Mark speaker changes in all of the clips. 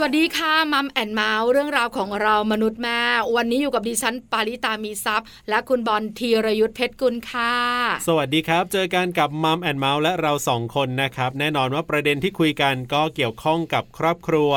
Speaker 1: สวัสดีค่ะมัมแอนเมาส์เรื่องราวของเรามนุษย์แม่ วันนี้อยู่กับดิฉันปาริตามีซัพย์ และคุณบอลธีรยุทธเพชรกุลค่ะ
Speaker 2: สวัสดีครับ เจอกันกับมัมแอนเมาส์และเราสองคนนะครับ แน่นอนว่าประเด็นที่คุยกันก็เกี่ยวข้องกับครอบครัว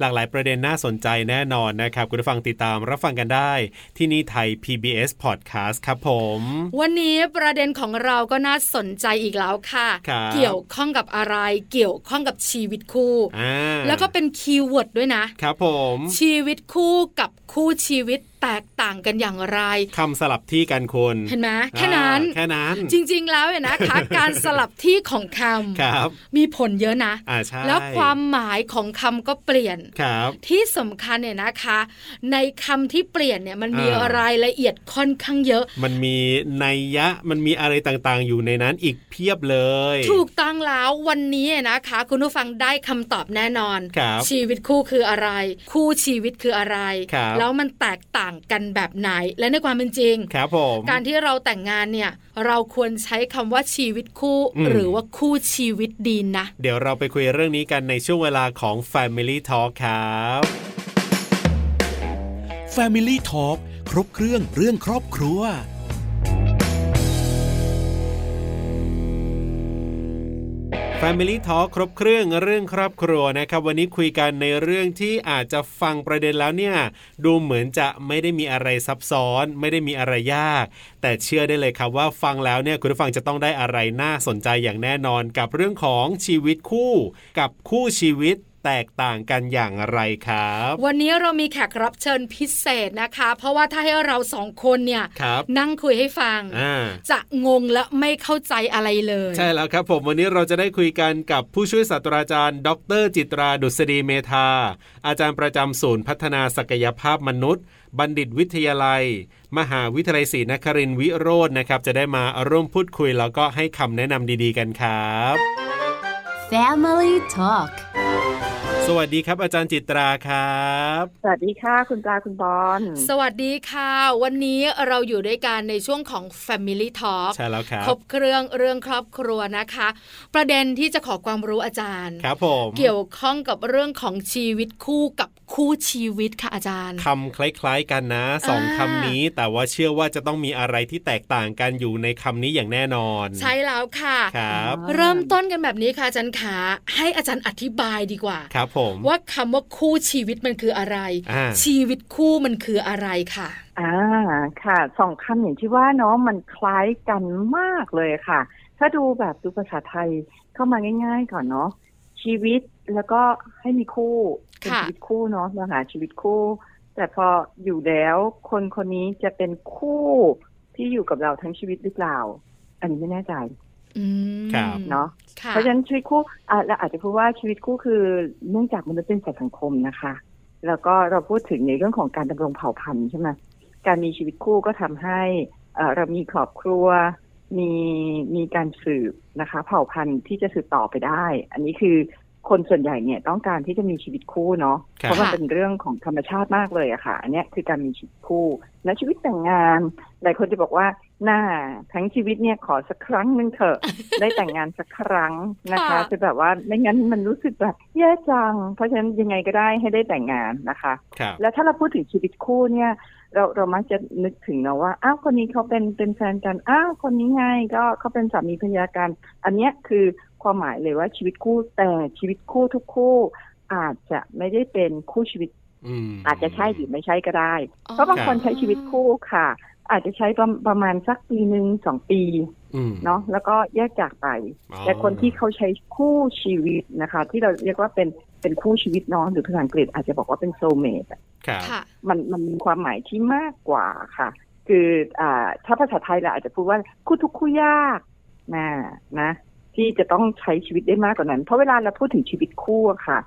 Speaker 2: หลากหลายประเด็นน่าสนใจแน่นอนนะครับ คุณผู้ฟังติดตามรับฟังกันได้ ที่นี่ไทย PBS Podcast ครับผม
Speaker 1: วันนี้ประเด็นของเราก็น่าสนใจอีกแล้วค่ะ
Speaker 2: ครับ
Speaker 1: เกี่ยวข้องกับอะไร เกี่ยวข้องกับชีวิตคู่
Speaker 2: อ่า
Speaker 1: แล้วก็เป็นคีย์เวิร์ดด้วยนะ
Speaker 2: ครับผม
Speaker 1: ชีวิตคู่กับคู่ชีวิตแตกต่างกันอย่างไร
Speaker 2: คำสลับที่กันคุณ
Speaker 1: เห็นไหมแค่นั้น
Speaker 2: อ่าแค่นั้น
Speaker 1: จริงๆแล้วเนี่ยนะคะ การสลับที่ของคำ
Speaker 2: ครับ
Speaker 1: มีผลเยอะนะ
Speaker 2: อ่าใช่
Speaker 1: แล้วความหมายของคำก็เปลี่ยน
Speaker 2: ครับ
Speaker 1: ที่สำคัญเนี่ยนะคะ ในคำที่เปลี่ยนเนี่ยมันมี
Speaker 2: อ่าร
Speaker 1: รายละเอียดค่อนข้างเยอะ
Speaker 2: มันมีนัยยะมันมีอะไรต่างๆ อยู่ในนั้นอีกเพียบเลย
Speaker 1: ถูกต้องแล้ววันนี้นะคะ คุณผู้ฟังได้คำตอบแน่นอน
Speaker 2: ครับ
Speaker 1: ชีวิตคู่คืออะไร คู่ชีวิตคืออะไร
Speaker 2: ครับ
Speaker 1: แล้วมันแตกต่างกันแบบไหนและในความเป็นจริง
Speaker 2: ครับผม
Speaker 1: การที่เราแต่งงานเนี่ยเราควรใช้คำว่าชีวิตคู่
Speaker 2: อืม
Speaker 1: หรือว่าคู่ชีวิตดีนะ
Speaker 2: เดี๋ยวเราไปคุยเรื่องนี้กันในช่วงเวลาของ Family Talk ครับ
Speaker 3: Family Talk ครบเครื่องเรื่องครอบครัว
Speaker 2: Family Talk ครบเครื่องเรื่องครอบครัวนะครับวันนี้คุยกันในเรื่องที่อาจจะฟังประเด็นแล้วเนี่ย ดูเหมือนจะไม่ได้มีอะไรซับซ้อน ไม่ได้มีอะไรยาก แต่เชื่อได้เลยครับว่าฟังแล้วเนี่ยคุณผู้ฟังจะต้องได้อะไรน่าสนใจอย่างแน่นอนกับเรื่องของชีวิตคู่ กับคู่ชีวิตแตกต่างกันอย่างไรครับ
Speaker 1: วันนี้เรามีแขกรับเชิญพิเศษนะคะ เพราะว่าถ้าให้เราสองคนเนี่ย
Speaker 2: ครับ
Speaker 1: นั่งคุยให้ฟัง
Speaker 2: อ่า
Speaker 1: จะงงและไม่เข้าใจอะไรเลย
Speaker 2: ใช่แล้วครับผมวันนี้เราจะได้คุยกันกับผู้ช่วยศาสตราจารย์ ดร จิตรา ดุษฎีเมธาอาจารย์ประจำศูนย์พัฒนาศักยภาพมนุษย์ บัณฑิตวิทยาลัย มหาวิทยาลัยศรีนครินทร์วิโรจน์นะครับ จะได้มาร่วมพูดคุยแล้วก็ให้คำแนะนำดีๆกันครับ
Speaker 4: Family Talk
Speaker 2: สวัสดีครับอาจารย์จิตราครับ
Speaker 5: สวัสดีค่ะ คุณปลาคุณบอล
Speaker 1: สวัสดีค่ะ วันนี้เราอยู่ด้วยกันในช่วงของ Family Talk
Speaker 2: ใช่แล้วครับ
Speaker 1: ครบเครื่องเรื่องครอบครัวนะคะ ประเด็นที่จะขอความรู้อาจารย์
Speaker 2: ครับผม
Speaker 1: เกี่ยวข้องกับเรื่องของชีวิตคู่กับคู่ชีวิตค่ะอาจารย์
Speaker 2: คำคล้ายๆกันนะสอง
Speaker 1: อ่า
Speaker 2: คำนี้แต่ว่าเชื่อว่าจะต้องมีอะไรที่แตกต่างกันอยู่ในคำนี้อย่างแน่นอน
Speaker 1: ใช่แล้วค่ะ
Speaker 2: ครับ
Speaker 1: เริ่มต้นกันแบบนี้ค่ะอาจารย์ขาให้อาจารย์อธิบายดีกว่า
Speaker 2: ครับผม
Speaker 1: ว่าคำว่าคู่ชีวิตมันคืออะไร
Speaker 2: อ่า
Speaker 1: ชีวิตคู่มันคืออะไรค่ะ
Speaker 5: อ่าค่ะสองคำอย่างที่ว่าเนาะมันคล้ายกันมากเลยค่ะ ถ้าดูแบบดูภาษาไทยเข้ามาง่ายๆก่อนเนาะชีวิตแล้วก็ให้มีคู่เป็น
Speaker 1: ค่ะ
Speaker 5: ชีวิตคู่เนาะเราหาชีวิตคู่ แต่พออยู่แล้วคนคนนี้จะเป็นคู่ที่อยู่กับเราทั้งชีวิตหรือเปล่า อันนี้ไม่แน่ใจ
Speaker 1: อืม
Speaker 2: ครับ
Speaker 5: เนาะ
Speaker 1: ค่ะ
Speaker 5: เพราะฉะนั้นชีวิตคู่อ่ะเราอาจจะพูดว่าชีวิตคู่คือเนื่องจากมนุษย์เป็นสัตว์สังคมนะคะ แล้วก็เราพูดถึงในเรื่องของการดำรงเผ่าพันธุ์ใช่ไหมการมีชีวิตคู่ก็ทำให้เอ่อเรามีครอบครัว มีมีการสืบนะคะ เผ่าพันธุ์ที่จะสืบต่อไปได้ อันนี้คือคนส่วนใหญ่เนี่ยต้องการที่จะมีชีวิตคู่เนาะ
Speaker 2: ครับ
Speaker 5: เพราะมันเป็นเรื่องของธรรมชาติมากเลยอะค่ะ อันเนี้ยคือการมีชีวิตคู่และชีวิตแต่งงานหลายคนจะบอกว่าหน้าทั้งชีวิตเนี่ยขอสักครั้งหนึ่งเถ อะ ได้แต่งงานสักครั้งนะคะ
Speaker 1: ค่ะ
Speaker 5: จะแบบว่าไม่งั้นมันรู้สึกแบบแย่จัง เพราะฉะนั้นยังไงก็ได้ให้ได้แต่งงานนะคะ
Speaker 2: ครับ
Speaker 5: แล้วถ้าเราพูดถึงชีวิตคู่เนี่ย เราเรามักจะนึกถึงเนาะว่าอ้าวคนนี้เขาเป็นเป็นแฟนกันอ้าวคนนี้ไงก็เขาเป็นสามีภรรยากัน อันเนี้ยคือความหมายเลยว่าชีวิตคู่แต่ชีวิตคู่ทุกคู่ อาจจะไม่ได้เป็นคู่ชีวิต
Speaker 2: ม
Speaker 5: อาจจะใช่หรือไม่ใช่ก็ได้
Speaker 1: อ๋อ
Speaker 5: เพราะบางคน
Speaker 2: ครับ
Speaker 5: ใช้ชีวิตคู่ค่ะ อาจจะใช้ประประมาณสักปีหนึ่งสองปี
Speaker 2: อืม
Speaker 5: เนาะแล้วก็แยกจากไป
Speaker 2: อ๋อ
Speaker 5: แต่คนที่เขาใช้คู่ชีวิตนะคะ ที่เราเรียกว่าเป็นเป็นคู่ชีวิตเน้องหรือภาษาอังกฤษอาจจะบอกว่าเป็นโซเมต
Speaker 2: ครับ
Speaker 1: ค่ะ
Speaker 5: มันมันมีความหมายที่มากกว่าค่ะ คืออ่าถ้าภาษาไทยเราอาจจะพูดว่าคู่ทุกข์คู่ยากนะนะ ที่จะต้องใช้ชีวิตได้มากกว่านั้น เพราะเวลาเราพูดถึงชีวิตคู่อะค่ะ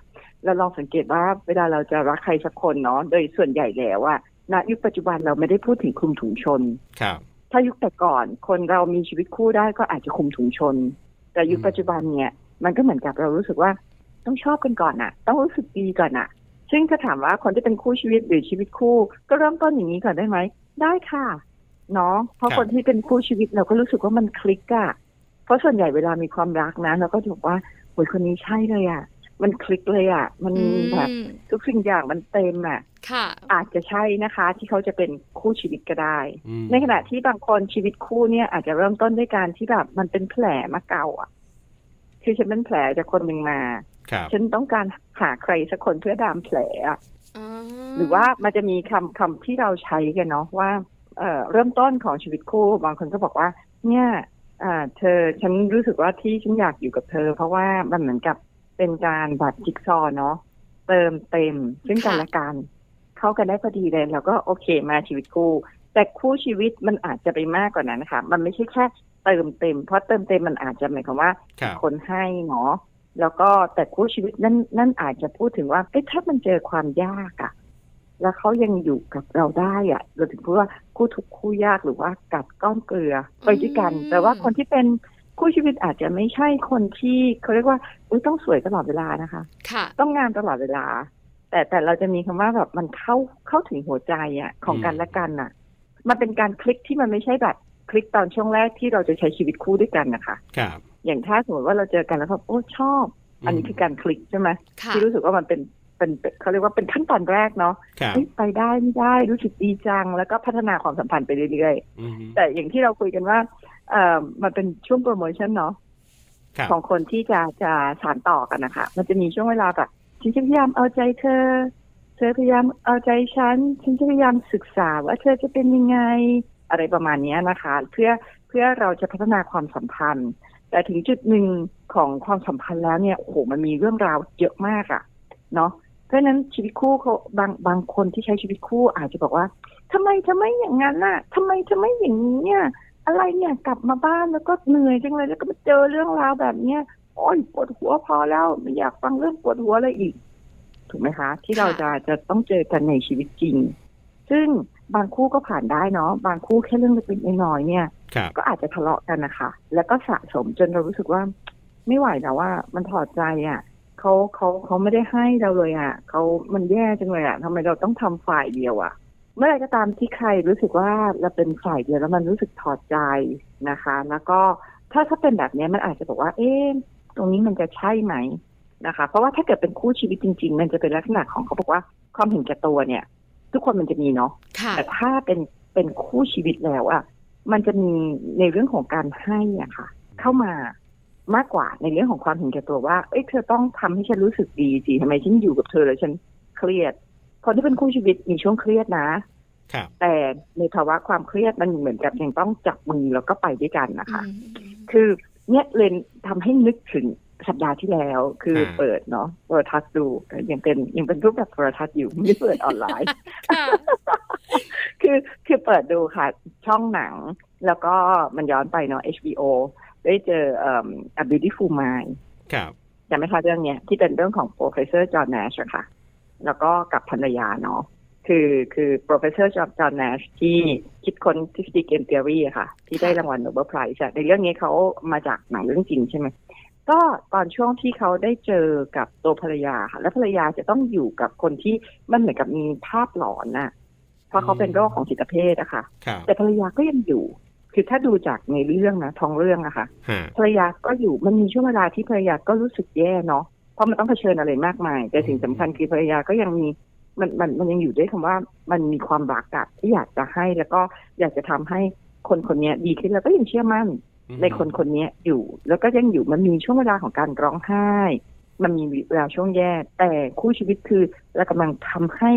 Speaker 5: เราลองสังเกตว่าเวลาเราจะรักใครสักคนเนาะโดยส่วนใหญ่แล้วอะณยุคปัจจุบันเราไม่ได้พูดถึงคลุมถุงชน
Speaker 2: ครับ
Speaker 5: ถ้ายุคแต่ก่อนคนเรามีชีวิตคู่ได้ก็อาจจะคลุมถุงชน แต่ยุค
Speaker 2: อืม
Speaker 5: ปัจจุบันเนี่ย มันก็เหมือนกับเรารู้สึกว่าต้องชอบกันก่อนอะต้องรู้สึกดีก่อนอะซึ่งถ้าถามว่าคนที่เป็นคู่ชีวิตหรือชีวิตคู่ ก็เริ่มต้นอย่างนี้ก่อนได้ไหมได้ค่ะเนาะเพราะคนที่เป็นคู่ชีวิตเราก็รู้สึกว่ามันคลิกอะพ ราะส่วนใหญ่เวลามีความรักนะเราก็จะบอกว่าโอ้ยคนนี้ใช่เลยอะ่ะ มันคลิกเลยอะ่ะ มัน
Speaker 1: อืม
Speaker 5: แบบทุกสิ่งอย่างมันเต็มอะ่ะ
Speaker 1: ค่ะ
Speaker 5: อาจจะใช่นะคะ ที่เขาจะเป็นคู่ชีวิตก็ได้
Speaker 2: อืม
Speaker 5: ในขณะที่บางคนชีวิตคู่เนี่ยอาจจะเริ่มต้นด้วยการที่แบบมันเป็นแผลมาเก่าอ่ะ คือฉันเป็นแผลจากคนหนึ่งมา
Speaker 2: ครับ
Speaker 5: ฉันต้องการหาใครสักคนเพื่อดามแผลอะ
Speaker 1: อ๋อ
Speaker 5: หรือว่ามันจะมีคำคำที่เราใช้กันเนาะว่าเอ่อเริ่มต้นของชีวิตคู่ บางคนก็บอกว่า เนี่ยอ่าเธอฉันรู้สึกว่าที่ฉันอยากอยู่กับเธอ เพราะว่ามันเหมือนกับเป็นการแบบจิ๊กซอว์เนาะเติมเต็มซึ่งกันและกัน เข้ากันได้พอดีเลยแล้วก็โอเคมาชีวิตคู่ แต่คู่ชีวิตมันอาจจะไปมากกว่านั้นนะคะ มันไม่ใช่แค่เติมเต็ม เพราะเติมเต็มมันอาจจะหมายความว่า
Speaker 2: ครับ
Speaker 5: คนให้เนาะแล้วก็แต่คู่ชีวิตนั่นนั่นอาจจะพูดถึงว่าเอ้ถ้ามันเจอความยากอะแล้วเขายังอยู่กับเราได้อะเราถึงพูดว่าคู่ทุกข์คู่ยากหรือว่ากัดก้อนเกลือไปด้วยกัน แต่ว่าคนที่เป็นคู่ชีวิตอาจจะไม่ใช่คนที่เขาเรียกว่าอุยต้องสวยตลอดเวลานะคะ
Speaker 1: ค่ะ
Speaker 5: ต้องงานตลอดเวลา แต่แต่เราจะมีคำว่าแบบมันเข้าเข้าถึงหัวใจอะของกัน
Speaker 2: อืม
Speaker 5: และกันอะมันเป็นการคลิกที่มันไม่ใช่แบบคลิกตอนช่วงแรกที่เราจะใช้ชีวิตคู่ด้วยกันนะคะ
Speaker 2: ครับ
Speaker 5: อย่างถ้าสมมติว่าเราเจอกันแล้วแบบโอ้ชอบ อันนี้คือการคลิกใช่ไหม
Speaker 1: ค่ะ
Speaker 5: ที่รู้สึกว่ามันเป็นเป็นเป็นเขาเรียกว่าเป็นขั้นตอนแรกเนาะ
Speaker 2: ครับ
Speaker 5: เอ้ยไปได้ไม่ได้รู้สึกดีจัง แล้วก็พัฒนาความสัมพันธ์ไปเรื่อย
Speaker 2: อืม
Speaker 5: ๆแต่อย่างที่เราคุยกันว่าเอ่อมันเป็นช่วงโปรโมชั่นเนาะ
Speaker 2: ครับ
Speaker 5: ของคนที่จะจะสานต่อกันนะคะ มันจะมีช่วงเวลาแบบฉันจะพยายามเอาใจเธอ เธอพยายามเอาใจฉันฉันจะพยายามศึกษาว่าเธอจะเป็นยังไงอะไรประมาณเนี้ยนะคะ เพื่อเพื่อเราจะพัฒนาความสัมพันธ์ แต่ถึงจุดหนึ่งของความสัมพันธ์แล้วเนี่ยโอ้โหมันมีเรื่องราวเยอะมากอะเนาะเพราะฉะนั้นชีวิตคู่เขาบางบางคนที่ใช้ชีวิตคู่อาจจะบอกว่าทำไมทำไมอย่างนั้นน่ะทำไมทำไมอย่างนี้เนี่ยอะไรเนี่ยกลับมาบ้านแล้วก็เหนื่อยจังเลยแล้วก็มาเจอเรื่องราวแบบเนี้ยโอ้ยปวดหัวพอแล้วไม่อยากฟังเรื่องปวดหัวอะไรอีก ถูกไหมคะ ที่เราจะจะต้องเจอกันในชีวิตจริง ซึ่งบางคู่ก็ผ่านได้เนาะบางคู่แค่เรื่องเล็กๆน้อยๆเนี่ย
Speaker 2: ครับ
Speaker 5: ก็อาจจะทะเลาะกันนะคะ แล้วก็สะสมจนเรารู้สึกว่า ไม่ไหวแล้วว่า มันถอดใจอะ่ะเขาเขาเขาไม่ได้ให้เราเลยอะ่ะเขามันแย่จังเลยอะ่ะทำไมเราต้องทำฝ่ายเดียวอะ่ะ เมื่อไหรก็ตามที่ใครรู้สึกว่าเราเป็นฝ่ายเดียวแล้วมันรู้สึกถอดใจนะคะ แล้วก็ถ้าถ้าเป็นแบบเนี้ยมันอาจจะบอกว่า เอ๊ะตรงนี้มันจะใช่ไหมนะคะ เพราะว่าถ้าเกิดเป็นคู่ชีวิตจริง ๆ มันจะเป็นลักษณะของเขาบอกว่าความเห็นแก่ตัวเนี่ย ทุกคนมันจะมีเนาะ
Speaker 1: ค่ะ
Speaker 5: แต่ถ้าเป็นเป็นคู่ชีวิตแล้วอะมันจะมีในเรื่องของการให้อะค่ะ เข้ามามากกว่าในเรื่องของความเห็นแก่ตัวว่า เอ้ยเธอต้องทำให้ฉันรู้สึกดีสิทำไมฉันอยู่กับเธอแล้วฉันเครียดคนที่เป็นคู่ชีวิตมีช่วงเครียดนะ
Speaker 2: ครับ
Speaker 5: แต่ในภาวะความเครียดมันเหมือนกับยังต้องจับมือแล้วก็ไปด้วยกันนะคะ
Speaker 1: อืม
Speaker 5: คือเนี่ยเลนทำให้นึกถึงสัปดาห์ที่แล้ว คืออา เปิดเนาะโทรทัศน์ดูเอ่อยังเป็นยังเป็นรูปแบบโทรทัศน์อยู่ไม่ได้เปิดออนไลน์
Speaker 1: ค่ะ
Speaker 5: คือคือเปิดดูค่ะ ช่องหนัง แล้วก็มันย้อนไปเนาะ HBO ได้เจอเอ่อ A Beautiful Mind
Speaker 2: ครับ
Speaker 5: ใช่ไหมคะเรื่องเนี้ยที่เป็นเรื่องของ Professor John Nash อะค่ะ แล้วก็กับภรรยาเนาะคือคือ Professor John- John Nash ที่คิดค้นทฤษฎีเกม theory อะค่ะ ที่ได้รางวัลโนเบลไพรส์อะในเรื่องนี้เขามาจากหนังเรื่องจริงใช่ไหมก็ตอนช่วงที่เขาได้เจอกับตัวภรรยาค่ะ และภรรยาจะต้องอยู่กับคนที่มันเหมือนกับมีภาพหลอนน่ะเพราะเขาเป็นโรคของจิตเภทอะค่ะ
Speaker 2: ครับ
Speaker 5: แต่ภรรยาก็ยังอยู่ คือถ้าดูจากในเรื่องนะท้องเรื่องอะค่ะ
Speaker 2: ฮะ
Speaker 5: ภรรยาก็อยู่มันมีช่วงเวลาที่ภรรยาก็รู้สึกแย่เนาะเพราะมันต้องเผชิญอะไรมากมาย แต่สิ่งสำคัญคือภรรยาก็ยังมีมันมันมันยังอยู่ด้วยคำว่ามันมีความรักอะที่อยากจะให้แล้วก็อยากจะทำให้คนคนเนี้ยดีขึ้นแล้วก็ยังเชื่อมั่น
Speaker 2: อืม
Speaker 5: ในคนคนนี้อยู่ แล้วก็ยังอยู่มันมีช่วงเวลาของการร้องไห้ มันมีเวลาช่วงแย่ แต่คู่ชีวิตคือเรากำลังทำให้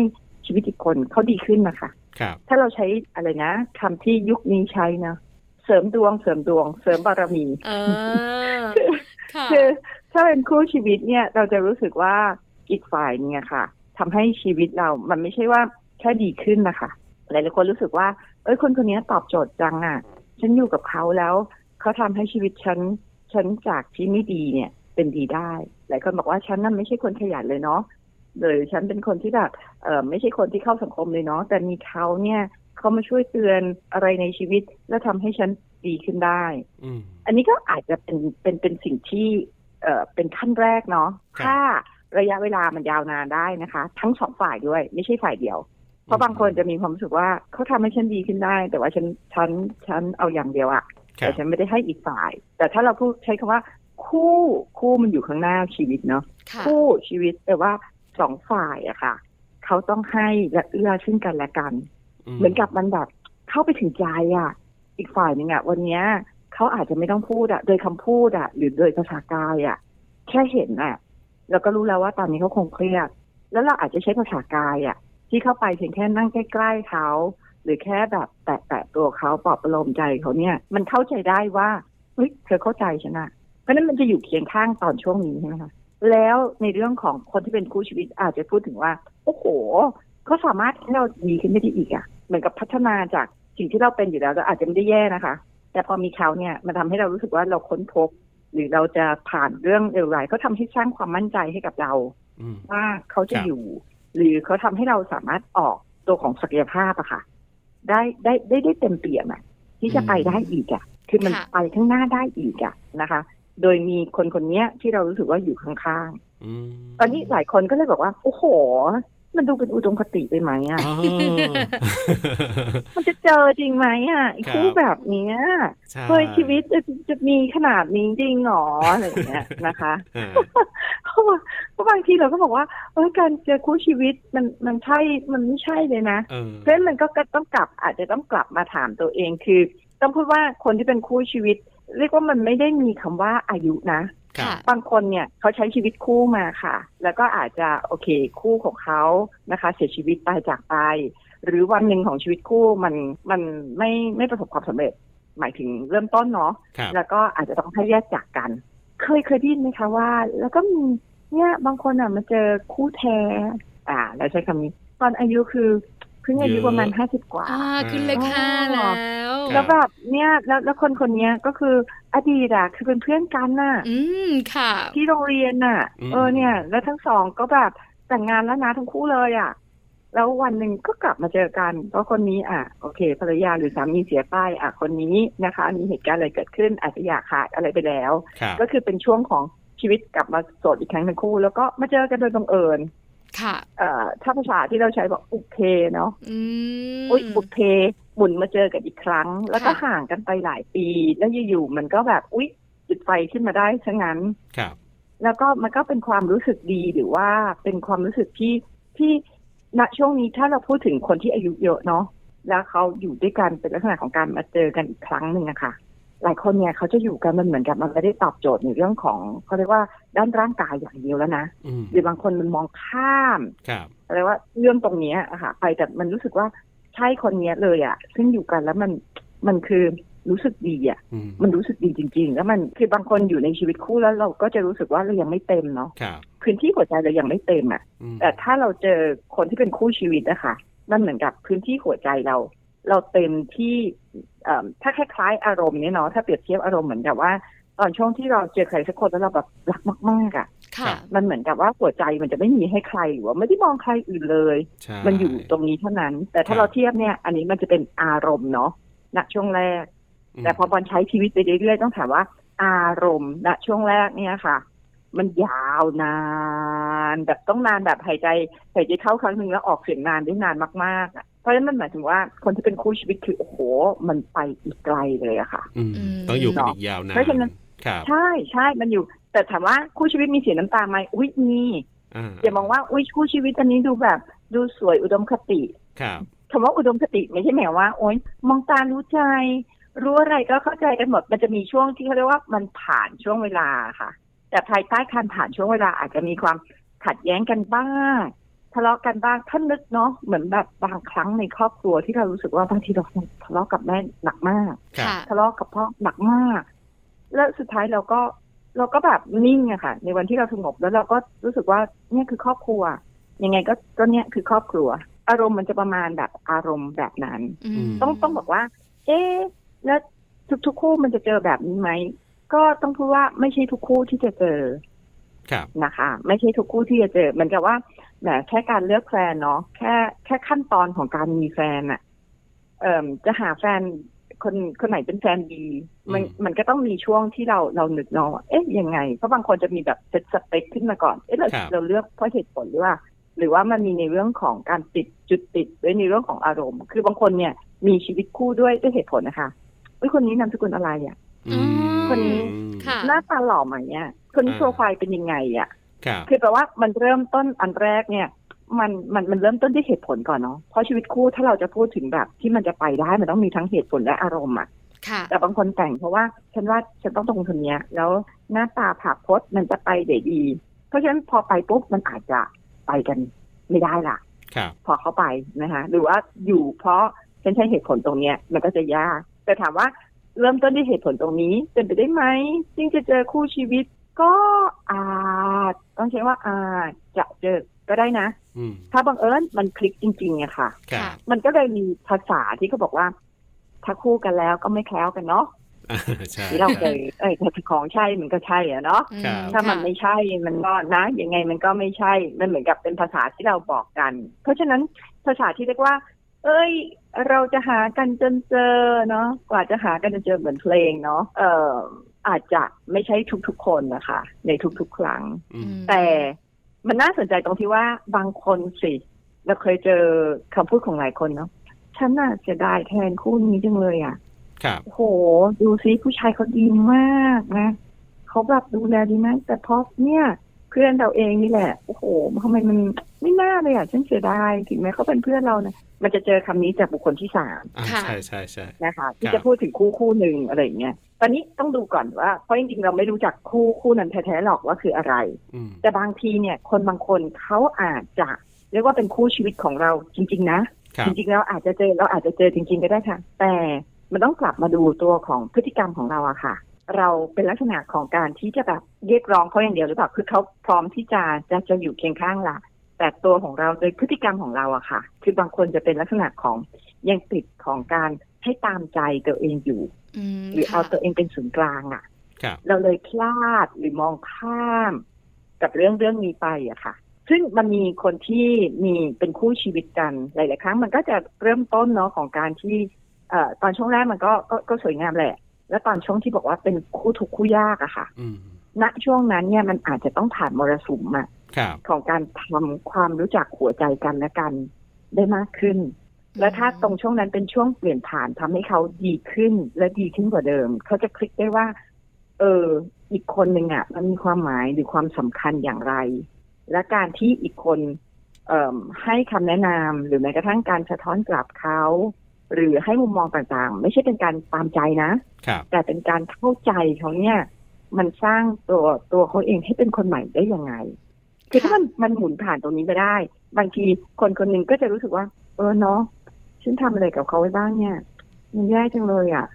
Speaker 5: ชีวิตอีกคนเขาดีขึ้นนะคะ
Speaker 2: ครับ
Speaker 5: ถ้าเราใช้อะไรนะคำที่ยุคนี้ใช้นะ เสริมดวงเสริมดวง เสริมบารมี
Speaker 1: เออ ค่ะ
Speaker 5: คือถ้าเป็นคู่ชีวิตเนี่ยเราจะรู้สึกว่าอีกฝ่ายเนี่ยค่ะทำให้ชีวิตเรา มันไม่ใช่ว่าแค่ดีขึ้นนะคะหลายๆคนรู้สึกว่า เอ้ยคนคนนี้ตอบโจทย์จังอะ่ะ ฉันอยู่กับเขาแล้ว เขาทำให้ชีวิตฉันฉันจากที่ไม่ดีเนี่ย เป็นดีได้ หลายคนบอกว่าฉันน่ะไม่ใช่คนขยันเลยเนาะหรือฉันเป็นคนที่แบบเออไม่ใช่คนที่เข้าสังคมเลยเนาะแต่มีเขาเนี่ยเขามาช่วยเตือนอะไรในชีวิต แล้วทำให้ฉันดีขึ้นได้
Speaker 2: อืม
Speaker 5: อันนี้ก็อาจจะเป็นเป็นเป็นสิ่งที่เอ่อเป็นขั้นแรกเนาะ
Speaker 2: ครับ
Speaker 5: ถ้าระยะเวลามันยาวนานได้นะคะ ทั้งสองฝ่ายด้วย ไม่ใช่ฝ่ายเดียว เพราะบางคนจะมีความรู้สึกว่าเขาทำให้ฉันดีขึ้นได้ แต่ว่าฉันฉันฉันเอาอย่างเดียวอะ
Speaker 2: ครับ
Speaker 5: แต่ฉันไม่ได้ให้อีกฝ่าย แต่ถ้าเราพูดใช้คำว่า คู่คู่มันอยู่ข้างหน้าชีวิตเนาะ
Speaker 1: ค่ะ
Speaker 5: คู่ชีวิตแต่ว่าสองฝ่ายอะค่ะเขาต้องให้และเอื้อซึ่งกันและกัน เหมือนกับมันแบบเข้าไปถึงใจอ่ะ อีกฝ่ายหนึ่งอ่ะ วันเนี้ยเขาอาจจะไม่ต้องพูดอ่ะ โดยคำพูดอ่ะ หรือโดยภาษากายอ่ะ แค่เห็นอ่ะ แล้วก็รู้แล้วว่าตอนนี้เขาคงเครียด แล้วเราอาจจะใช้ภาษากายอ่ะ ที่เข้าไปเพียงแค่นั่งใกล้ๆเขาหรือแค่แบบแตะๆตัวเขาปลอบประโลมใจเขาเนี่ย มันเข้าใจได้ว่าเฮ้ยเธอเข้าใจฉันอ่ะเพราะฉะนั้นมันจะอยู่เคียงข้างตอนช่วงนี้ใช่ไหมคะแล้วในเรื่องของคนที่เป็นคู่ชีวิตอาจจะพูดถึงว่าโอ้โห เขาสามารถให้เราดีขึ้นได้อีกอะ่ะ เหมือนกับพัฒนาจากสิ่งที่เราเป็นอยู่แล้วเราอาจจะไม่ได้แย่นะคะ แต่พอมีเขาเนี่ยมันทำให้เรารู้สึกว่าเราค้นพบ หรือเราจะผ่านเรื่องเลวร้ายเขาทำให้สร้างความมั่นใจให้กับเรา
Speaker 2: อืม
Speaker 5: ว่าเขาจะ
Speaker 2: ครับ
Speaker 5: อยู่ หรือเขาทำให้เราสามารถออกตัวของศักยภาพอะค่ะ ได้ได้ได้ได้เต็มเปี่ยมอะที่จะไปได้อีกอะคือมัน
Speaker 1: ค่ะ
Speaker 5: ไปข้างหน้าได้อีกอะนะคะ โดยมีคนคนเนี้ยที่เรารู้สึกว่าอยู่ข้าง
Speaker 2: อืม
Speaker 5: ๆตอนนี้หลายคนก็เลยบอกว่าโอ้โห มันดูเป็นอุดมคติไปไหมอะ
Speaker 2: อ๋อ
Speaker 5: มันจะเจอจริงไหมอ่ะไอ้
Speaker 2: ครับ
Speaker 5: คู่แบบเนี้ย
Speaker 2: ใช่
Speaker 5: เฮ้ยชีวิตจะจะมีขนาดนี้จริงหรออะไรอย่างเงี้ยนะคะ
Speaker 2: อ่า
Speaker 5: เพราะว่าเพราะบางทีเราก็บอกว่าเออการเจอคู่ชีวิตมันมันใช่มันไม่ใช่เลยนะ
Speaker 2: เออ
Speaker 5: เพราะฉะนั้นมันก็ต้องกลับอาจจะต้องกลับมาถามตัวเองคือ ต้องพูดว่าคนที่เป็นคู่ชีวิต เรียกว่ามันไม่ได้มีคำว่าอายุนะ
Speaker 2: ครับ
Speaker 1: ค่ะ
Speaker 5: บางคนเนี่ยเขาใช้ชีวิตคู่มาค่ะ แล้วก็อาจจะโอเคคู่ของเขานะคะ เสียชีวิตไปจากไป หรือวันหนึ่งของชีวิตคู่มันมันไม่ไม่ประสบความสำเร็จ หมายถึงเริ่มต้นเนาะ
Speaker 2: ครับ
Speaker 5: แล้วก็อาจจะต้องให้แยกจากกัน เคยเคยได้ยินไหมคะว่า แล้วก็มีเนี่ยบางคนอ่ะมาเจอคู่แท้ อ่าเราใช้คำนี้ ตอนอายุคือเพิ่งอายุ
Speaker 2: เยอะ
Speaker 5: ประมาณห้าสิบกว่า
Speaker 1: อ่าขึ้นเลยค่ะแล้ว
Speaker 2: ครั
Speaker 5: แล้วแบบเนี่ยแล้วแล้วคนคนเนี้ยก็คืออดีตอะคือเป็นเพื่อนกันน่ะ
Speaker 1: อืมค่ะ
Speaker 5: ที่โรงเรียนน่ะ
Speaker 2: อืม
Speaker 5: เออเนี่ย แล้วทั้งสองก็แบบแต่งงานแล้วนะทั้งคู่เลยอ่ะ แล้ววันหนึ่งก็กลับมาเจอกัน เพราะคนนี้อ่ะโอเคภรรยาหรือสามีเสียไปอ่ะคนนี้นะคะ มีเหตุการณ์อะไรเกิดขึ้นอาจจะอยากขาดอะไรไปแล้ว
Speaker 2: ครับ
Speaker 5: ก็คือเป็นช่วงของชีวิตกลับมาโสดอีกครั้งทั้งคู่ แล้วก็มาเจอกันโดยบังเอิญ
Speaker 1: ค่ะ
Speaker 5: เอ่อถ้าภาษาที่เราใช้บอกอุกเพเนาะ
Speaker 1: อืม
Speaker 5: อุ้ยอุกเพหมุนมาเจอกันอีกครั้ง แล้วก็
Speaker 1: ค่ะ
Speaker 5: ห่างกันไปหลายปี แล้วอยู่ๆมันก็แบบอุ๊ยจุดไฟขึ้นมาได้ซะงั้น
Speaker 2: ครับ
Speaker 5: แล้วก็มันก็เป็นความรู้สึกดีหรือว่าเป็นความรู้สึกที่ที่ณช่วงนี้ถ้าเราพูดถึงคนที่อายุเยอะเนาะแล้วเขาอยู่ด้วยกันเป็นลักษณะของการมาเจอกันอีกครั้งหนึ่งอะค่ะ หลายคนเนี่ยเขาจะอยู่กันมันเหมือนกับมันไม่ได้ตอบโจทย์ในเรื่องของเขาเรียกว่าด้านร่างกายอย่างเดียวแล้วนะ
Speaker 2: อืม
Speaker 5: หรือบางคนมันมองข้าม
Speaker 2: ครับ
Speaker 5: อะไรว่าเรื่องตรงเนี้ยอะค่ะ ไปแต่มันรู้สึกว่าใช่คนเนี้ยเลยอะซึ่งอยู่กันแล้วมันมันคือรู้สึกดีอะ
Speaker 2: อืม
Speaker 5: มันรู้สึกดีจริง ๆ แล้วมันคือบางคนอยู่ในชีวิตคู่แล้วเราก็จะรู้สึกว่าเรายังไม่เต็มเนาะ
Speaker 2: ครับ
Speaker 5: พื้นที่หัวใจเรายังไม่เต็มอะ่ะ
Speaker 2: อืม
Speaker 5: แต่ถ้าเราเจอคนที่เป็นคู่ชีวิตนะคะนั่นเหมือนกับพื้นที่หัวใจเรา เราเต็มที่เอิ่มถ้าคล้ายๆอารมณ์เนี่ยเนาะถ้าเปรียบเทียบอารมณ์เหมือนกับว่า ตอนช่วงที่เราเจอใครสักคนแล้วเราแบบรักมากๆอะ่ะ
Speaker 1: ค่ะ
Speaker 5: มันเหมือนกับว่าหัวใจมันจะไม่มีให้ใครหรือว่าไม่ได้มองใครอื่นเลย
Speaker 2: ใช่
Speaker 5: มันอยู่ตรงนี้เท่านั้น แต่
Speaker 2: ครั
Speaker 5: ถ้า
Speaker 2: บ
Speaker 5: เราเทียบเนี่ย อันนี้มันจะเป็นอารมณ์เนาะณช่วงแรก
Speaker 2: ม
Speaker 5: แต่พอบอลใช้ชีวิตไปเรื่อยๆ ต้องถามว่า อารมณ์ณช่วงแรกเนี่ยค่ะ มันยาวนาน แบบต้องนานแบบหายใจหายใจเข้าครั้งหนึ่งแล้วออกเสียงนานได้นานมากๆอะเพราะฉะนั้นมันหมายถึงว่าคนที่เป็นคู่ชีวิตคือโอ้โห มันไปอีกไกลเลยอะค่ะ
Speaker 2: อืม
Speaker 1: อืม
Speaker 2: ต้องอยู่กันอีกยาวนาน
Speaker 5: เพราะฉะนั้น
Speaker 2: ครับ
Speaker 5: ใช่ใช่มันอยู่ แต่ถามว่าคู่ชีวิตมีเสียน้ำตาไหมอุ้ยมีอย่ามองว่าอุ้ยคู่ชีวิตอันนี้ดูแบบดูสวยอุดมคติ
Speaker 2: ครับ
Speaker 5: คำว่าอุดมคติไม่ใช่หมายว่าโอ๊ยมองตารู้ใจ รู้อะไรก็เข้าใจกันหมด มันจะมีช่วงที่เขาเรียกว่ามันผ่านช่วงเวลาค่ะ แต่ภายใต้การผ่านช่วงเวลาอาจจะมีความขัดแย้งกันบ้างทะเลาะกันบ้างท่านนึกเนาะเหมือนแบบบางครั้งในครอบครัวที่เรารู้สึกว่าบางทีเราทะเลาะกับแม่หนักมาก
Speaker 2: ครับ
Speaker 1: ค่ะ
Speaker 5: ทะเลาะกับพ่อหนักมาก แล้วสุดท้ายเราก็เราก็แบบนิ่งอะค่ะ ในวันที่เราสงบแล้วเราก็รู้สึกว่าเนี่ยคือครอบครัว ยังไงก็ก็เนี่ยคือครอบครัว อารมณ์มันจะประมาณแบบอารมณ์แบบนั้น
Speaker 1: อืม
Speaker 5: ต้องต้องบอกว่า เอ๊ะแล้วทุกทุกๆคู่มันจะเจอแบบนี้ไหมก็ต้องพูดว่าไม่ใช่ทุกคู่ที่จะเจอ
Speaker 2: ครับ
Speaker 5: นะคะ ไม่ใช่ทุกคู่ที่จะเจอเหมือนกับว่าแหมแค่การเลือกแฟนเนาะแค่แค่ขั้นตอนของการมีแฟนอะเอ่มจะหาแฟนคนคนไหนเป็นแฟนดี มัน
Speaker 2: อืม
Speaker 5: มันก็ต้องมีช่วงที่เราเรานึกเนาะว่าเอ๊ะยังไงเพราะบางคนจะมีแบบเซตสเปคขึ้นมาก่อนเอ๊ะเรา
Speaker 2: ครับ
Speaker 5: เราเลือกเพราะเหตุผลหรือว่า หรือว่ามันมีในเรื่องของการติดจุดติดด้วยในเรื่องของอารมณ์ คือบางคนเนี่ยมีชีวิตคู่ด้วยด้วยเหตุผลนะคะ เอ้ยคนนี้นามสกุลอะไรอ่ะ
Speaker 1: อืม
Speaker 5: คนนี้
Speaker 2: อืม
Speaker 1: ค่ะ
Speaker 5: หน้าตาหล่อไหมอ่ะคนนี้
Speaker 2: อ่า
Speaker 5: โปรไฟล์เป็นยังไงอ่ะ
Speaker 2: ครับ
Speaker 5: คือแปลว่ามันเริ่มต้นอันแรกเนี่ย มันมันมันเริ่มต้นที่เหตุผลก่อนเนาะเพราะชีวิตคู่ถ้าเราจะพูดถึงแบบที่มันจะไปได้มันต้องมีทั้งเหตุผลและอารมณ์อ่ะ
Speaker 1: ค่ะ
Speaker 5: แต่บางคนแต่งเพราะว่าฉันว่าฉันต้องตรงคนเนี้ย แล้วหน้าตาผากพจน์มันจะไปได้ดี เพราะฉะนั้นพอไปปุ๊บมันอาจจะไปกันไม่ได้ล่ะ
Speaker 2: ครับ
Speaker 5: พอเข้าไปนะคะหรือว่าอยู่เพราะฉันใช้เหตุผลตรงเนี้ยมันก็จะยาก แต่ถามว่าเริ่มต้นด้วยเหตุผลตรงนี้เป็นไปได้ไหมจึงจะเจอคู่ชีวิต ก็อาจต้องใช้ว่าอาจจะเจอก็ได้นะ
Speaker 2: อืม
Speaker 5: ถ้าบังเอิญมันคลิกจริงๆอะค่ะ
Speaker 2: ครับ
Speaker 5: มันก็เลยมีภาษาที่เขาบอกว่า ถ้าคู่กันแล้วก็ไม่แคล้วกันเนาะ
Speaker 2: อ่าใช่
Speaker 5: ที่เราเคยเอ้ยถ้าของใช่มันก็ใช่อะเนาะ
Speaker 1: อื
Speaker 2: ครับ
Speaker 5: ถ้ามัน
Speaker 1: ค่ะ
Speaker 5: ไม่ใช่ มันก็นะ ยังไงมันก็ไม่ใช่ มันเหมือนกับเป็นภาษาที่เราบอกกัน เพราะฉะนั้นภาษาที่เรียกว่า เอ้ย เราจะหากันจนเจอเนาะ กว่าจะหากันจนเจอเหมือนเพลงเนาะ เอ่อ อาจจะไม่ใช่ทุกๆคนนะคะ ในทุกๆ ครั้ง
Speaker 2: อืม
Speaker 5: แต่มันน่าสนใจตรงที่ว่าบางคนสิ เราเคยเจอคำพูดของหลายคนเนาะ ฉันน่ะเสียดายแทนคู่นี้จังเลยอ่ะ
Speaker 2: ครับ
Speaker 5: โห ดูซิผู้ชายเขาดีมากนะ เขาแบบดูแลดีมาก แต่พอเนี่ย เพื่อนเราเองนี่แหละ โอ้โหทำไมมันไม่น่าเลยอ่ะ ฉันเสียดายถึงแม้เขาเป็นเพื่อนเรานะมันจะเจอคำนี้จากบุคคลที่สาม
Speaker 2: อ่าใช่ใช่ใช่
Speaker 5: นะคะ
Speaker 2: ค
Speaker 5: ที่
Speaker 2: รับ
Speaker 5: จะพูดถึงคู่คู่หนึ่งอะไรอย่างเงี้ยตอนนี้ต้องดูก่อนว่าเพราะจริงๆเราไม่รู้จักคู่คู่นั้นแท้ๆหรอกว่าคืออะไร
Speaker 2: อืม
Speaker 5: แต่บางทีเนี่ย คนบางคนเขาอาจจะเรียกว่าเป็นคู่ชีวิตของเราจริง ๆ นะ
Speaker 2: ครับ
Speaker 5: จริงๆแล้วอาจจะเจอเราอาจจะเจอจริงๆก็ได้ค่ะ แต่มันต้องกลับมาดูตัวของพฤติกรรมของเราอะค่ะ เราเป็นลักษณะของการที่จะแบบเรียกร้องเขาอย่างเดียวหรือเปล่าคือเขาพร้อมที่จะจะจะอยู่เคียงข้างละแต่ตัวของเราโดยพฤติกรรมของเราอะค่ะ คือบางคนจะเป็นลักษณะของยังติดของการให้ตามใจตัวเองอยู่
Speaker 1: ม
Speaker 5: หรือ
Speaker 1: ค่ะ
Speaker 5: เอาตัวเองเป็นศูนย์กลางอะ
Speaker 2: ครับ
Speaker 5: เราเลยพลาดหรือมองข้าม กับเรื่องเรื่องนี้ไปอะค่ะ ซึ่งมันมีคนที่มีเป็นคู่ชีวิตกันหลาย ๆ ครั้งมันก็จะเริ่มต้นเนาะของการที่เอ่อตอนช่วงแรกมันก็ก็ก็สวยงามแหละ แล้วตอนช่วงที่บอกว่าเป็นคู่ทุกข์คู่ยากอะค่ะ
Speaker 2: อืม
Speaker 5: ณช่วงนั้นเนี่ยมันอาจจะต้องผ่านมรสุมอะ
Speaker 2: ครับ
Speaker 5: ของการทำความรู้จักหัวใจกันและกันได้มากขึ้น และถ้าตรงช่วงนั้นเป็นช่วงเปลี่ยนผ่านทำให้เขาดีขึ้นและดีขึ้นกว่าเดิม เขาจะคลิกได้ว่า เออ อีกคนหนึ่งอะ่ะ มันมีความหมายหรือความสำคัญอย่างไร และการที่อีกคน เอ่อให้คำแนะนำหรือแม้กระทั่งการสะท้อนกลับเขา หรือให้มุมมองต่างๆ ไม่ใช่เป็นการตามใจนะ
Speaker 2: ครับ
Speaker 5: แต่เป็นการเข้าใจเขาเนี่ย มันสร้างตัวตัวเขาเองให้เป็นคนใหม่ได้ยังไง คือถ้ามันมันหมุนผ่านตรงนี้ไปได้ บางทีคนคนหนึ่งก็จะรู้สึกว่า เออเนาะฉันทำอะไรกับเขาไว้บ้างเนี่ยมันแย่จังเลยอะ่ะ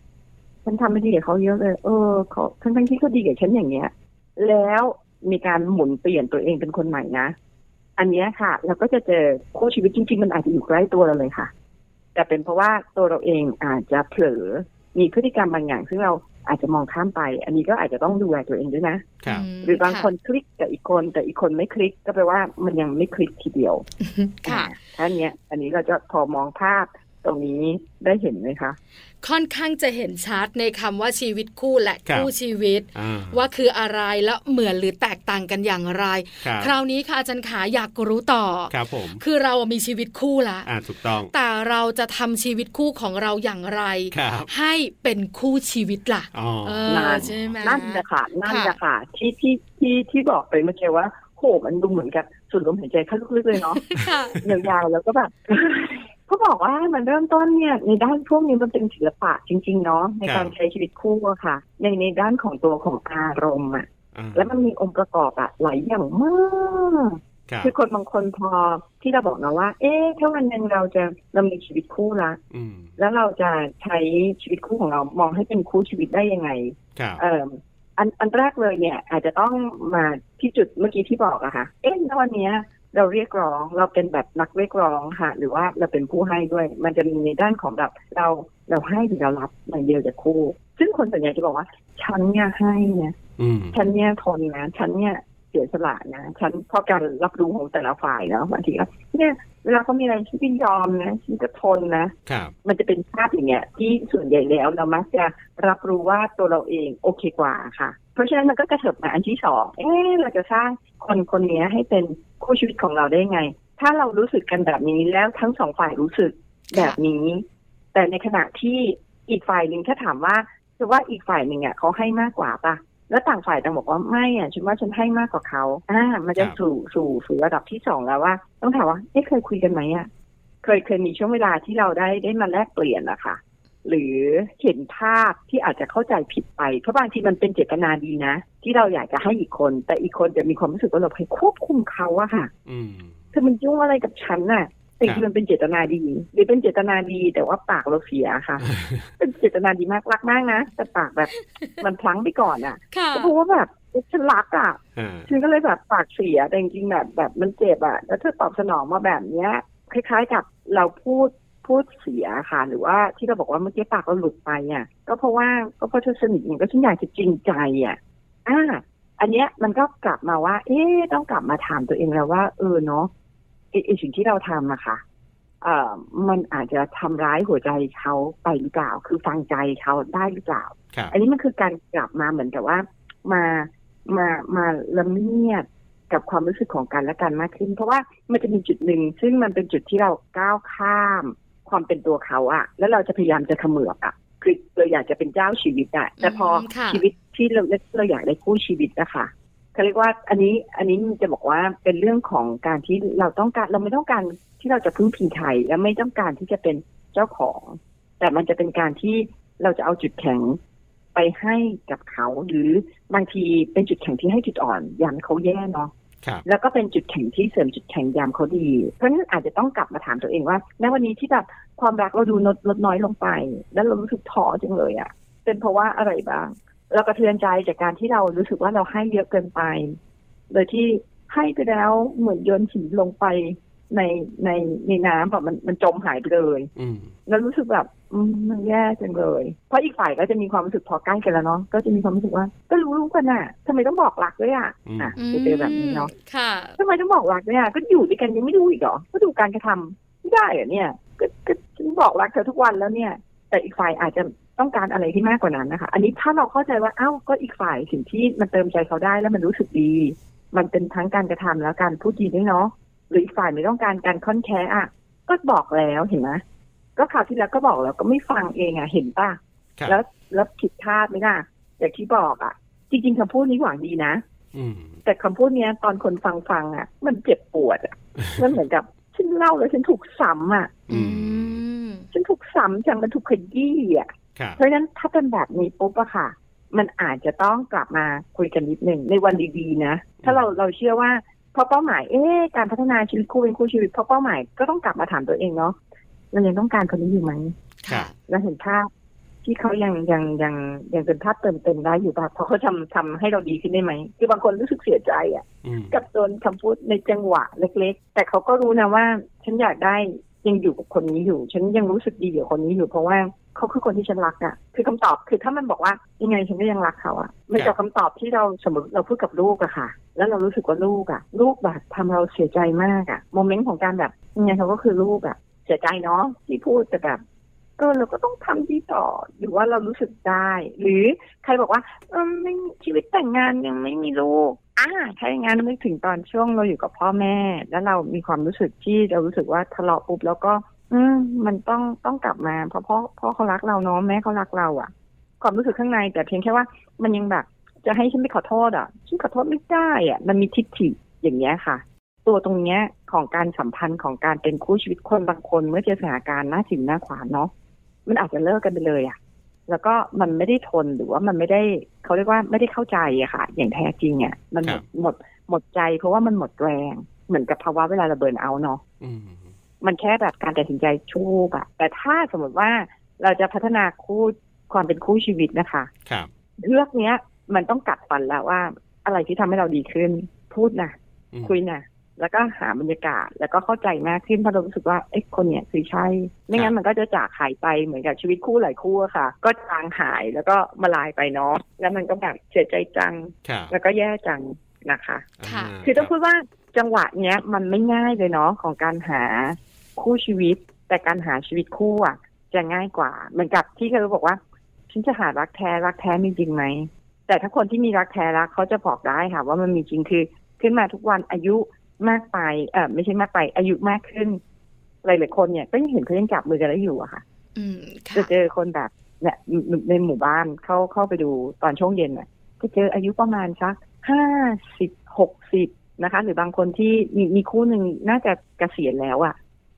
Speaker 5: ฉันทำไม่ดีกับเขาเยอะเลย เออเขาทั้งทั้งๆที่เขาดีกับฉันอย่างเงี้ย แล้วมีการหมุนเปลี่ยนตัวเองเป็นคนใหม่นะ อันเนี้ยค่ะ เราก็จะเจอคู่ชีวิตจริง ๆ มันอาจจะอยู่ใกล้ตัวเราเลยค่ะ แต่เป็นเพราะว่าตัวเราเองอาจจะเผลอ มีพฤติกรรมบางอย่างซึ่งเราอาจจะมองข้ามไป อันนี้ก็อาจจะต้องดูแลตัวเองด้วยนะ
Speaker 2: ครับ
Speaker 1: ม
Speaker 5: หรือบางคนคลิกกับอีกคนแต่อีกคนไม่คลิกก็แปลว่ามันยังไม่คลิกทีเดียว
Speaker 1: ค่ะ
Speaker 5: ท่าอันเนี้ย อันนี้เราจะพอมองภาพตรงนี้ได้เห็นไหมคะ
Speaker 1: ค่อนข้างจะเห็นชัดในคำว่าชีวิตคู่และ
Speaker 2: ครับ
Speaker 1: คู่ชีวิต
Speaker 2: อ่า
Speaker 1: ว่าคืออะไรและเหมือนหรือแตกต่างกันอย่างไร
Speaker 2: ครับ
Speaker 1: คราวนี้ค่ะอาจารย์ขาอยากรู้ต่อ
Speaker 2: ครับผม
Speaker 1: คือเรามีชีวิตคู่ละ
Speaker 2: อ่าถูกต้อง
Speaker 1: แต่เราจะทำชีวิตคู่ของเราอย่างไร
Speaker 2: ครับ
Speaker 1: ให้เป็นคู่ชีวิตล่ะ
Speaker 2: อ๋อ
Speaker 1: เอ
Speaker 5: นั่
Speaker 1: อน ใช่ไหม
Speaker 5: นั่นแหละค่ะนั่นแหละ
Speaker 1: ค่ะ
Speaker 5: ค่ะที่ที่ที่ที่บอกไปเมื่อกี้ว่าโหมันดูเหมือนกับสูดลมหายใจเข้าลึกๆเลยเนาะ
Speaker 1: ค่ะ
Speaker 5: ยาวๆแล้วก็แบบ เขาบอกว่ามันเริ่มต้นเนี่ย ในด้านพวกนี้มันเป็นศิลปะจริง ๆ เนาะใน
Speaker 2: ครั
Speaker 5: การ
Speaker 2: บ
Speaker 5: ใช้ชีวิตคู่อะค่ะ ในในด้านของตัวของอารมณ์อะ
Speaker 2: อ่า
Speaker 5: แล้วมันมีองค์ประกอบอะหลายอย่างมาก
Speaker 2: ครับ
Speaker 5: คือคนบางคนพอที่เราบอกนะว่า เอ๊ะถ้าวันหนึ่งเราจะเรามีชีวิตคู่ละ
Speaker 2: อืม
Speaker 5: แล้วเราจะใช้ชีวิตคู่ของเรามองให้เป็นคู่ชีวิตได้ยังไง
Speaker 2: ครับ
Speaker 5: เอ่ออันอันแรกเลยเนี่ย อาจจะต้องมาที่จุดเมื่อกี้ที่บอกอะค่ะ เอ๊ะแล้ววันเนี้ย เราเรียกร้องเราเป็นแบบนักเรียกร้องค่ะ หรือว่าเราเป็นผู้ให้ด้วย มันจะมีในด้านของแบบเราเราให้หรือเรารับมันเดียวจากคู่ ซึ่งคนส่วนใหญ่จะบอกว่า ฉันเนี่ยให้นะ
Speaker 2: อืม
Speaker 5: ฉันเนี่ยทนนะฉันเนี่ยเสียสละนะฉันเพราะการรับรู้ของแต่ละฝ่ายเนาะบางทีก็เนี่ยเวลาเขามีอะไรที่ยอมนะฉันก็ทนนะ
Speaker 2: ครับ
Speaker 5: มันจะเป็นภาพอย่างเงี้ยที่ส่วนใหญ่แล้วเรามักจะรับรู้ว่าตัวเราเองโอเคกว่าค่ะ เพราะฉะนั้นมันก็กระเถิบมาอันที่สองเอ๊ะเราจะสร้างคนคนเนี้ยให้เป็นคู่ชีวิตของเราได้ไง ถ้าเรารู้สึกกันแบบนี้แล้วทั้งสองฝ่ายรู้สึกแบบนี้ แต่ในขณะที่ อีกฝ่ายหนึ่งถ้าถามว่าคือว่าอีกฝ่ายหนึ่งอ่ะเขาให้มากกว่าปะแล้วต่างฝ่ายต่างบอกว่าไม่อ่ะฉันว่าฉันให้มากกว่าเขาอ่ามันจะ
Speaker 2: ครับ
Speaker 5: สู่สู่สู่ระดับที่สองแล้วว่า ต้องถามว่าเอ๊ะเคยคุยกันไหมอ่ะเคยเคยมีช่วงเวลาที่เราได้ได้มาแลกเปลี่ยนอะค่ะ หรือเห็นภาพที่อาจจะเข้าใจผิดไป เพราะบางทีมันเป็นเจตนาดีนะ ที่เราอยากจะให้อีกคน แต่อีกคนจะมีความรู้สึกว่าเราไปควบคุมเขาอะค่ะ
Speaker 2: อืม
Speaker 5: เธอมันยุ่งอะไรกับฉันน่ะ
Speaker 2: ค
Speaker 5: แต่
Speaker 2: รับ
Speaker 5: คือมันเป็นเจตนาดี หรือเป็นเจตนาดีแต่ว่าปากเราเสียค่ะ เป็นเจตนาดีมากรักมากนะ แต่ปากแบบ มันพลั้งไปก่อนอ่ะ
Speaker 1: ค่ะ
Speaker 5: ก็เพราะว่าแบบฉันรักอ่ะ
Speaker 2: อ่า
Speaker 5: ฉันก็เลยแบบปากเสียแต่จริงๆแบบแบบมันเจ็บอ่ะแล้วเธอตอบสนองมาแบบเนี้ย คล้ายๆกับเราพูดพูดเสียค่ะ หรือว่าที่เราบอกว่าเมื่อกี้ปากเราหลุดไปอ่ะก็เพราะว่าก็เพราะเธอสนิทมันก็ฉันอยากจะจริงใจอ่ะอ่า อันเนี้ยมันก็กลับมาว่า เอ๊ะต้องกลับมาถามตัวเองแล้วว่า เออเนาะไอไอสิ่งที่เราทำอะค่ะ เอ่อมันอาจจะทำร้ายหัวใจเขาไปหรือเปล่า คือฟังใจเขาได้หรือเปล่า
Speaker 2: ครับ
Speaker 5: อันนี้มันคือการกลับมาเหมือนกับว่า มามามาละเมียดกับความรู้สึกของกันและกันมากขึ้น เพราะว่ามันจะมีจุดหนึ่งซึ่งมันเป็นจุดที่เราก้าวข้าม ความเป็นตัวเขาอะแล้วเราจะพยายามจะเขมือบอะคือเราอยากจะเป็นเจ้าชีวิตอะแต่พอ
Speaker 1: มค่ะ
Speaker 5: ชีวิตที่เราเราอยากได้คู่ชีวิตนะคะเขาเรียกว่าอันนี้อันนี้จะบอกว่าเป็นเรื่องของการที่เราต้องการเราไม่ต้องการที่เราจะพึ่งพิงใครและไม่ต้องการที่จะเป็นเจ้าของ แต่มันจะเป็นการที่เราจะเอาจุดแข็งไปให้กับเขา หรือบางทีเป็นจุดแข็งที่ให้จุดอ่อนยามเขาแย่เนาะ
Speaker 2: ครับ
Speaker 5: แล้วก็เป็นจุดแข็งที่เสริมจุดแข็งยามเขาดี เพราะฉะนั้นอาจจะต้องกลับมาถามตัวเองว่าณวันนี้ที่แบบความรักเราดูลดลดน้อยลงไป แล้วเรารู้สึกท้อจังเลยอะ่ะ เป็นเพราะว่าอะไรบ้าง เรากระเทือนใจจากการที่เรารู้สึกว่าเราให้เยอะเกินไป โดยที่ให้ไปแล้วเหมือนโยนหินลงไปในในในน้ำแบบมันมันจมหายไปเลย
Speaker 2: อืม
Speaker 5: แล้วรู้สึกแบบอืมมันแย่จังเลย เพราะอีกฝ่ายก็จะมีความรู้สึกพอใกล้กันแล้วเนาะก็จะมีความรู้สึกว่า ก็รู้รู้กันอ่ะทำไมต้องบอกรักด้วยอ่ะอ่ะจะเจอแบบนี้เนาะ
Speaker 1: อืมค่ะ
Speaker 5: ทำไมต้องบอกรักด้วยอ่ะก็อยู่ด้วยกันยังไม่รู้อีกเหรอก็ดูการกระทำไม่ได้เหรอเนี่ยก็ก็ฉันบอกรักเธอทุกวันแล้วเนี่ย แต่อีกฝ่ายอาจจะต้องการอะไรที่มากกว่านั้นนะคะ อันนี้ถ้าเราเข้าใจว่าเอ้าก็อีกฝ่ายสิ่งที่มันเติมใจเขาได้แล้วมันรู้สึกดี มันเป็นทั้งการกระทำแล้วการพูดดีด้วยเนาะหรืออีกฝ่ายไม่ต้องการการค่อนแคะอ่ะ ก็บอกแล้วเห็นไหมก็ข่าวที่แล้วก็บอกแล้วก็ไม่ฟังเองอ่ะเห็นป่ะ
Speaker 2: ครับ
Speaker 5: แล้วแล้วผิดคาดไหมล่ะอย่างที่บอกอ่ะ จริง ๆคำพูดนี้หวังดีนะ
Speaker 2: อืม
Speaker 5: แต่คำพูดเนี้ยตอนคนฟังฟังอ่ะ มันเจ็บปวดอ่ะ มันเหมือนกับฉันเล่าแล้วฉันถูกซ้ำอ่ะ
Speaker 2: อื
Speaker 1: อื
Speaker 2: ม
Speaker 1: ม
Speaker 5: ฉันถูกซ้ำจังมันถูกขยี้อ่ะ
Speaker 2: ครับ
Speaker 5: เพราะฉะนั้นถ้าเป็นแบบนี้ปุ๊บอะค่ะ มันอาจจะต้องกลับมาคุยกันนิดหนึ่งในวันดีๆนะ ถ้าเราเราเชื่อว่าเพราะเป้าหมายเอ๊ะการพัฒนาชีวิตคู่เป็นคู่ชีวิตเพราะเป้าหมายก็ต้องกลับมาถามตัวเองเนาะเรายังต้องการคนนี้อยู่ไหม
Speaker 2: ครับ
Speaker 5: เราเห็นภาพที่เขายังยังยังยังเป็นภาพเติมเต็มได้อยู่ป่ะเพราะเขาทำทำให้เราดีขึ้นได้ไหมคือบางคนรู้สึกเสียใจอะ
Speaker 2: อืม
Speaker 5: กับโดนคำพูดในจังหวะเล็ก ๆ แต่เขาก็รู้นะว่า ฉันอยากได้ยังอยู่กับคนนี้อยู่ ฉันยังรู้สึกดีกับคนนี้อยู่เพราะว่าเขาคือคนที่ฉันรักอะ่ะ คือคำตอบคือถ้ามันบอกว่ายังไงฉันก็ยังรักเขาอะ่ะมันจะคำตอบที่เราสมมติเราพูดกับลูกอะค่ะ แล้วเรารู้สึกว่าลูกอะ่ะ ลูกแบบทำเราเสียใจมากอะ่ะโมเมนต์ของการแบบยังไงเขาก็คือลูกอะ่ะ เสียใจเนาะที่พูดแต่แบบก็เราก็ต้องทำดีต่อหรือว่าเรารู้สึกได้ หรือใครบอกว่า เออไม่ชีวิตแต่งงานยังไม่มีลูกอ่าถ้าอย่างนั้นนึกถึงตอนช่วงเราอยู่กับพ่อแม่ แล้วเรามีความรู้สึกที่เรารู้สึกว่าทะเลาะปุ๊บแล้วก็ อืมมันต้องต้องกลับมาเพราะพ่อพ่อเขารักเราเนาะแม่เขารักเราอะความรู้สึกข้างในแต่เพียงแค่ว่า มันยังแบบจะให้ฉันไปขอโทษอะฉันขอโทษไม่ได้อะมันมีทิฏฐิอย่างเงี้ยค่ะ ตัวตรงเนี้ยของการสัมพันธ์ของการเป็นคู่ชีวิตคนบางคน เมื่อเจอสถานการณ์หน้าถิ่นหน้าขวานเนาะมันอาจจะเลิกกันไปเลยอะ แล้วก็มันไม่ได้ทนหรือว่ามันไม่ได้เขาเรียกว่าไม่ได้เข้าใจอะค่ะ อย่างแท้จริงอะมันหมดหมดหมดใจเพราะว่ามันหมดแรง เหมือนกับภาวะเวลาเราเบิร์นเอาท์เนาะ
Speaker 2: อืม
Speaker 5: มันแค่แบบการตัดสินใจชูบอะแต่ถ้าสมมติว่าเราจะพัฒนาคู่ความเป็นคู่ชีวิตนะคะ
Speaker 2: ครับ
Speaker 5: เรื่องเนี้ย มันต้องกัดฟันแล้วว่า อะไรที่ทำให้เราดีขึ้น พูดนะ
Speaker 2: อืม
Speaker 5: คุยนะแล้วก็หาบรรยากาศ แล้วก็เข้าใจมากขึ้นเพราะเรารู้สึกว่าเอ้คนเนี่ยคือใช่ ไม่งั้นมันก็จะจากหายไปเหมือนกับชีวิตคู่หลายคู่อะค่ะ ก็จางหายแล้วก็มาลายไปเนาะ แล้วมันก็แบบเสียใจจัง
Speaker 2: ครับ
Speaker 5: แล้วก็แย่จังนะคะ
Speaker 1: ค่ะ
Speaker 5: คือต้องพูดว่าจังหวะเนี้ยมันไม่ง่ายเลยเนาะของการหาคู่ชีวิต แต่การหาชีวิตคู่อะจะง่ายกว่าเหมือนกับที่เคยบอกว่าฉันจะหารักแท้รักแท้มีจริงไหมแต่ถ้าคนที่มีรักแท้รักเขาจะบอกได้ค่ะ ว่ามันมีจริงคือขึ้นมาทุกวันอายุมากไปเออไม่ใช่มากไป อายุมากขึ้นหลายๆคนเนี่ยก็ยังเห็นเขายังจับมือกันแล้วอยู่อะค่ะ
Speaker 1: อืม
Speaker 5: จะ
Speaker 1: ค่ะ
Speaker 5: เจอคนแบบ เนี่ยในในหมู่บ้านเข้าเข้าไปดูตอนช่วงเย็นน่ะจะเจออายุประมาณสักห้าสิบหกสิบนะคะ หรือบางคนที่มีมีคู่หนึ่งน่าจะเกษียณแล้วอะ่ะ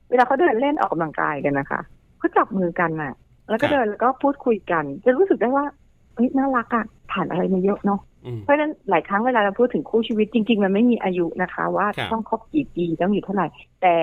Speaker 5: เวลาเขาเดินเล่นออกกำลังกายกันนะคะเขาจับมือกันน่ะ แล้ว
Speaker 2: ค
Speaker 5: ก็
Speaker 2: รับ
Speaker 5: เดินแล้วก็พูดคุยกัน จะรู้สึกได้ว่าเฮ้ยน่ารักอะ่ะผ่านอะไรมาเยอะเนาะ
Speaker 2: อืม
Speaker 5: เพราะฉะนั้นหลายครั้งเวลาเราพูดถึงคู่ชีวิตจริง ๆ มันไม่มีอายุนะคะ ว่า
Speaker 2: ครับ
Speaker 5: ต้องคบกี่ปีต้องอยู่เท่าไหร่ แต่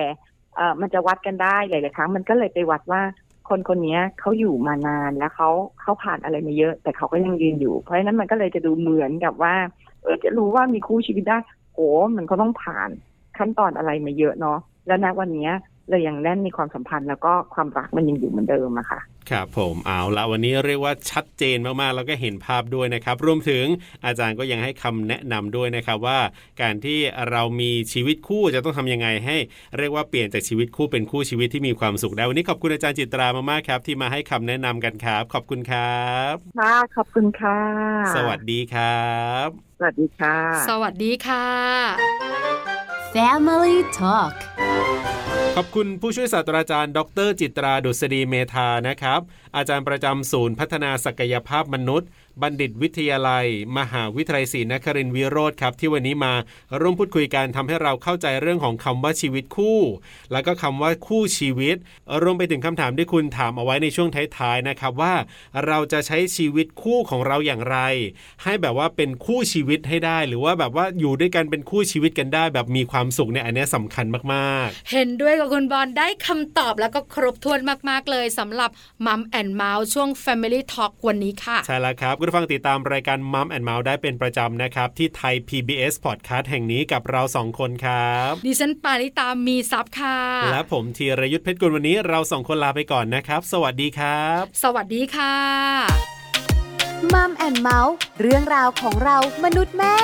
Speaker 5: เอ่อมันจะวัดกันได้หลายๆครั้ง มันก็เลยไปวัดว่า คนคนนี้เขาอยู่มานานแล้วเขาเขาผ่านอะไรมาเยอะ แต่เขาก็ยังยืนอยู่ เพราะฉะนั้นมันก็เลยจะดูเหมือนกับว่า เออจะรู้ว่ามีคู่ชีวิตได้โหมันก็ต้องผ่านขั้นตอนอะไรมาเยอะเนาะแล้วณวันเนี้ยเรายังแน่นในความสัมพันธ์แล้วก็ความรักมันยังอยู่เหมือนเดิมอะค่ะ
Speaker 2: ครับผมเอาละวันนี้เรียกว่าชัดเจนมากๆ แล้วก็เห็นภาพด้วยนะครับ รวมถึงอาจารย์ก็ยังให้คำแนะนำด้วยนะครับว่า การที่เรามีชีวิตคู่จะต้องทำยังไงให้ เรียกว่าเปลี่ยนจากชีวิตคู่เป็นคู่ชีวิตที่มีความสุขได้วันนี้ขอบคุณอาจารย์จิตรามากๆครับ ที่มาให้คำแนะนำกันครับ ขอบคุณครับ
Speaker 5: ค่ะขอบคุณค่ะ
Speaker 2: สวัสดีครับ
Speaker 5: สวัสดีค่ะ
Speaker 1: สวัสดีค่ะ
Speaker 4: Family Talk
Speaker 2: ขอบคุณผู้ช่วยศาสตราจารย์ ดร จิตรา ดุษฎีเมธานะครับ อาจารย์ประจำศูนย์พัฒนาศักยภาพมนุษย์ บัณฑิตวิทยาลัย มหาวิทยาลัยศรีนครินทร์วิโรธครับ ที่วันนี้มาร่วมพูดคุยกันทำให้เราเข้าใจเรื่องของคำว่าชีวิตคู่ แล้วก็คำว่าคู่ชีวิต รวมไปถึงคำถามที่คุณถามเอาไว้ในช่วงท้ายๆนะครับว่า เราจะใช้ชีวิตคู่ของเราอย่างไร ให้แบบว่าเป็นคู่ชีวิตให้ได้ หรือว่าแบบว่าอยู่ด้วยกันเป็นคู่ชีวิตกันได้ แบบมีความสุขเนี่ยอันเนี้ยสำคัญมากๆ
Speaker 1: เห็นด้วยกับคุณบอลได้คำตอบแล้วก็ครบถ้วนมากๆเลยสำหรับมัมแอนเมาส์ช่วง Family Talk วันนี้ค่ะ
Speaker 2: ใช่แล้วครับคุณผู้ฟังติดตามรายการมัมแอนเมาส์ได้เป็นประจำนะครับ ที่ไทย PBS Podcast แห่งนี้กับเราสองคนครับ
Speaker 1: ดิฉันปาริตามีซับค่ะ
Speaker 2: และผมธีรยุทธเพชรกุลวันนี้เราสองคนลาไปก่อนนะครับ สวัสดีครับ
Speaker 1: สวัสดีค่ะ
Speaker 4: มัมแอนเมาส์เรื่องราวของเรามนุษย์แม่